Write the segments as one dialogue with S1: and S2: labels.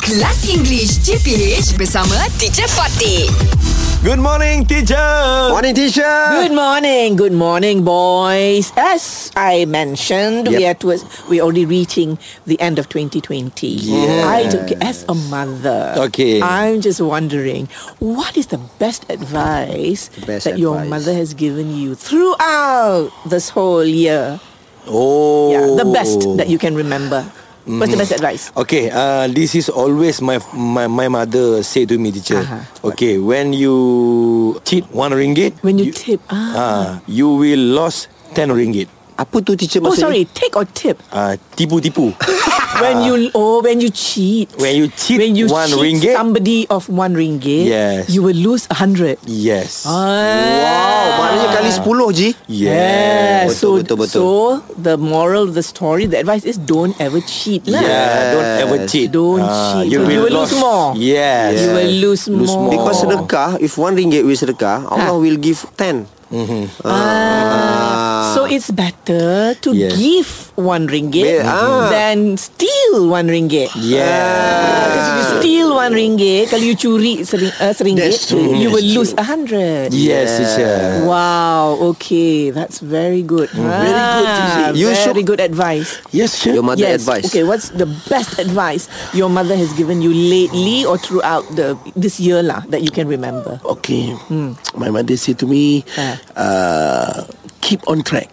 S1: Kelas English CPH bersama Teacher Fatih.
S2: Good morning, teacher.
S3: Morning teacher
S4: Good morning, good morning, boys. As I mentioned, we are towards, we're already reaching the end of 2020. I took, as a mother,
S3: Okay.
S4: I'm just wondering, what is the best advice
S3: best
S4: that your
S3: advice.
S4: mother has given you throughout this whole year?
S2: Oh.
S4: Yeah, the best that you can remember. What's the best advice?
S2: Okay, uh, this is always my my my mother say to me, teacher.
S4: Uh-huh.
S2: Okay, when you cheat one ringgit,
S4: When you, tip, ah.
S2: uh, you will lose ten ringgit.
S3: Apa tu teacher
S4: oh,
S3: maksudnya?
S4: sorry, take or tip.
S2: Uh, tipu tipu.
S4: When you oh when you cheat
S2: When you cheat
S4: when you
S2: one
S4: cheat
S2: ringgit.
S4: somebody of one ringgit
S2: Yes.
S4: you will lose a hundred Ah.
S2: yes.
S3: Wow Maknanya kali 10 je
S4: yeah,
S3: Betul,
S2: Yes.
S4: so
S3: betul, betul.
S4: so the moral of the story, the advice is don't ever cheat lah.
S2: Yeah, don't ever cheat.
S4: Don't
S2: Ah,
S4: cheat. So you will lose
S2: lost-
S4: more.
S2: Yes.
S4: You will lose, more.
S5: Oh.
S3: Because sedekah If one ringgit we sedekah Allah will give 10
S4: Ah, so it's better to
S2: Yes.
S4: give one ringgit
S3: Be- ah.
S4: than steal one ringgit.
S2: Yeah.
S4: Because if you steal one ringgit, kalau you curi sering, uh, seringgit,
S3: That's true,
S4: you
S3: that's
S4: will lose a hundred.
S2: Yes, teacher.
S4: Wow, okay, that's very good. Very good.
S3: You
S4: very
S3: should-
S4: good advice.
S2: Yes, teacher.
S3: Your mother
S4: yes.
S3: advice
S4: Okay, what's the best advice your mother has given you lately or throughout the this year lah that you can remember?
S5: Okay. My mother said to me,
S4: Hmm. Ah.
S5: uh, keep on track.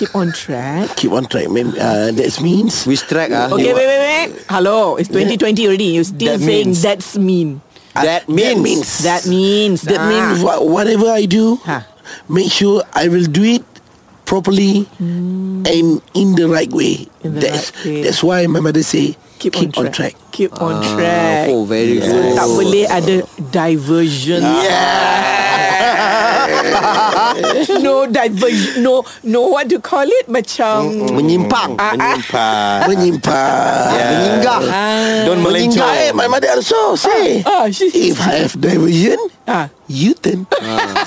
S4: Keep on track.
S5: Keep on track. Mem- Uh, that means
S3: Which track
S5: Uh,
S3: ah
S4: Okay, wait, wait, wait. Hello, it's 2020 already. You're
S2: That
S4: still saying
S2: means-
S4: that's mean.
S3: That
S5: that
S3: means
S5: means-
S4: That means
S5: that
S4: ah.
S5: means wha- whatever I do,
S4: Ah.
S5: make sure I will do it properly and in the right way.
S4: Hmm. In the
S5: that's
S4: right way.
S5: that's why my mother say
S4: keep, on, track. Keep on track.
S3: Oh very
S4: So
S3: good
S4: tak boleh ada diversion. no diversion. No, no what to call it macam.
S3: Menyimpang
S4: Ah, ah.
S2: Menyimpang.
S5: Menyimpang.
S2: Yeah.
S3: Meninggal
S2: Don't melencong.
S5: Meninggal. Eh, My mother also say,
S4: Ah, she-
S5: eh. if I have diversion,
S4: Ah.
S5: you turn.
S3: Ah.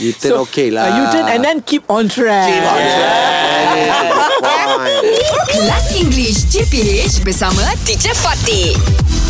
S3: You turn okay lah Ah.
S4: Uh, you turn and then keep on track.
S5: Keep on
S3: Very good point.
S1: Kelas English CPH bersama Teacher Fatih.